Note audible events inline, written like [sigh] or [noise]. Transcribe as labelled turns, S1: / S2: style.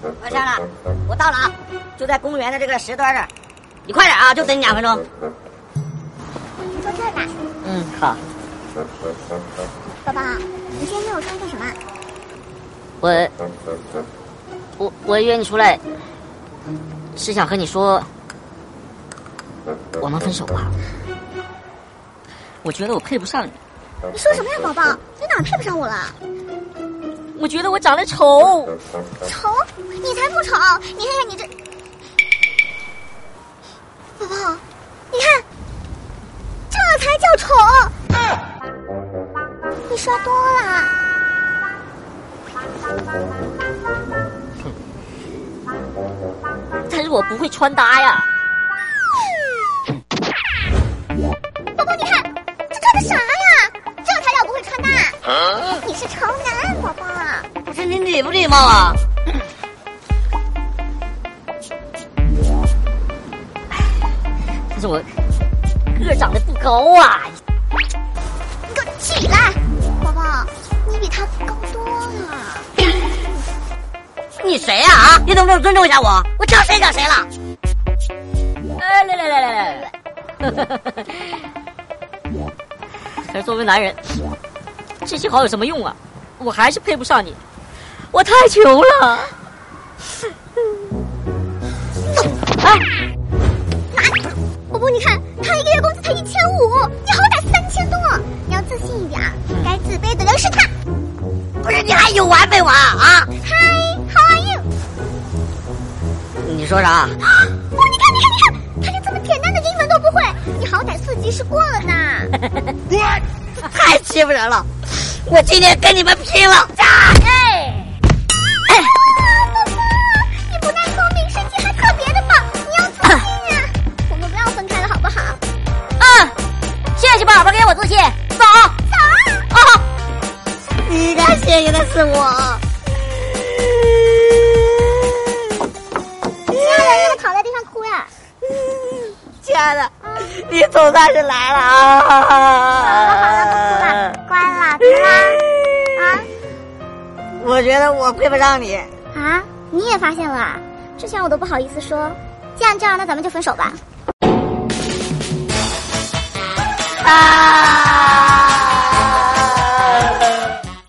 S1: 我上了，我到了啊，就在公园的这个石墩这儿，你快点啊，就等你两分钟。
S2: 你坐这儿吧，
S1: 嗯，好，
S2: 宝宝，你今天约我出来干什么？
S1: 我我我约你出来，是想和你说，我们分手吧。我觉得我配不上你，
S2: 你说什么呀，宝宝？你哪儿配不上我了？
S1: 我觉得我长得丑，
S2: 哦丑？你才不丑！你看看你这，宝宝，你看，这才叫丑！你说多了，
S1: 但是我不会穿搭呀。
S2: 宝宝，你看，这穿的啥呀？这才叫不会穿搭！你是潮男，宝宝。
S1: 不是你礼不礼貌啊？但是我个儿长得不高啊，
S2: 你给我起来！宝宝，你比他高多了。
S1: 你谁呀啊？你怎么不尊重一下我？我找谁找谁了？哎，来来来来来来， [laughs] 可是作为男人，这些好有什么用啊？我还是配不上你，我太穷了。哎，
S2: 哪里？宝宝，你看他一个月工资才一千五，你好歹三千多，你要自信一点儿。该自卑的人是他。
S1: 不是你还有完没完啊？
S2: Hi，How are you？ [gasps]
S1: 你说啥？
S2: 啊，宝宝，你看，你看，你看，他连这么简单的英文都不会，你好歹四级是过了呢。
S1: 太欺负人了！我今天跟你们拼了！
S2: 哎，宝宝，你不但聪明，身体还特别的棒，你要自信啊！我们不要分开了，好不好？
S1: 嗯，谢谢宝宝给我自信，走
S2: 走啊！
S1: 啊！ [laughs] 你该幸运的是我。
S2: 你要在那个躺在地上哭呀、
S1: 亲爱的，你总算是来了啊！
S2: 乖啦，啊别啦，
S1: 我觉得我配不上你，
S2: 啊啊！你也发现了啊，之前我都不好意思说。既然这样，那咱们就分手吧。
S1: 啊！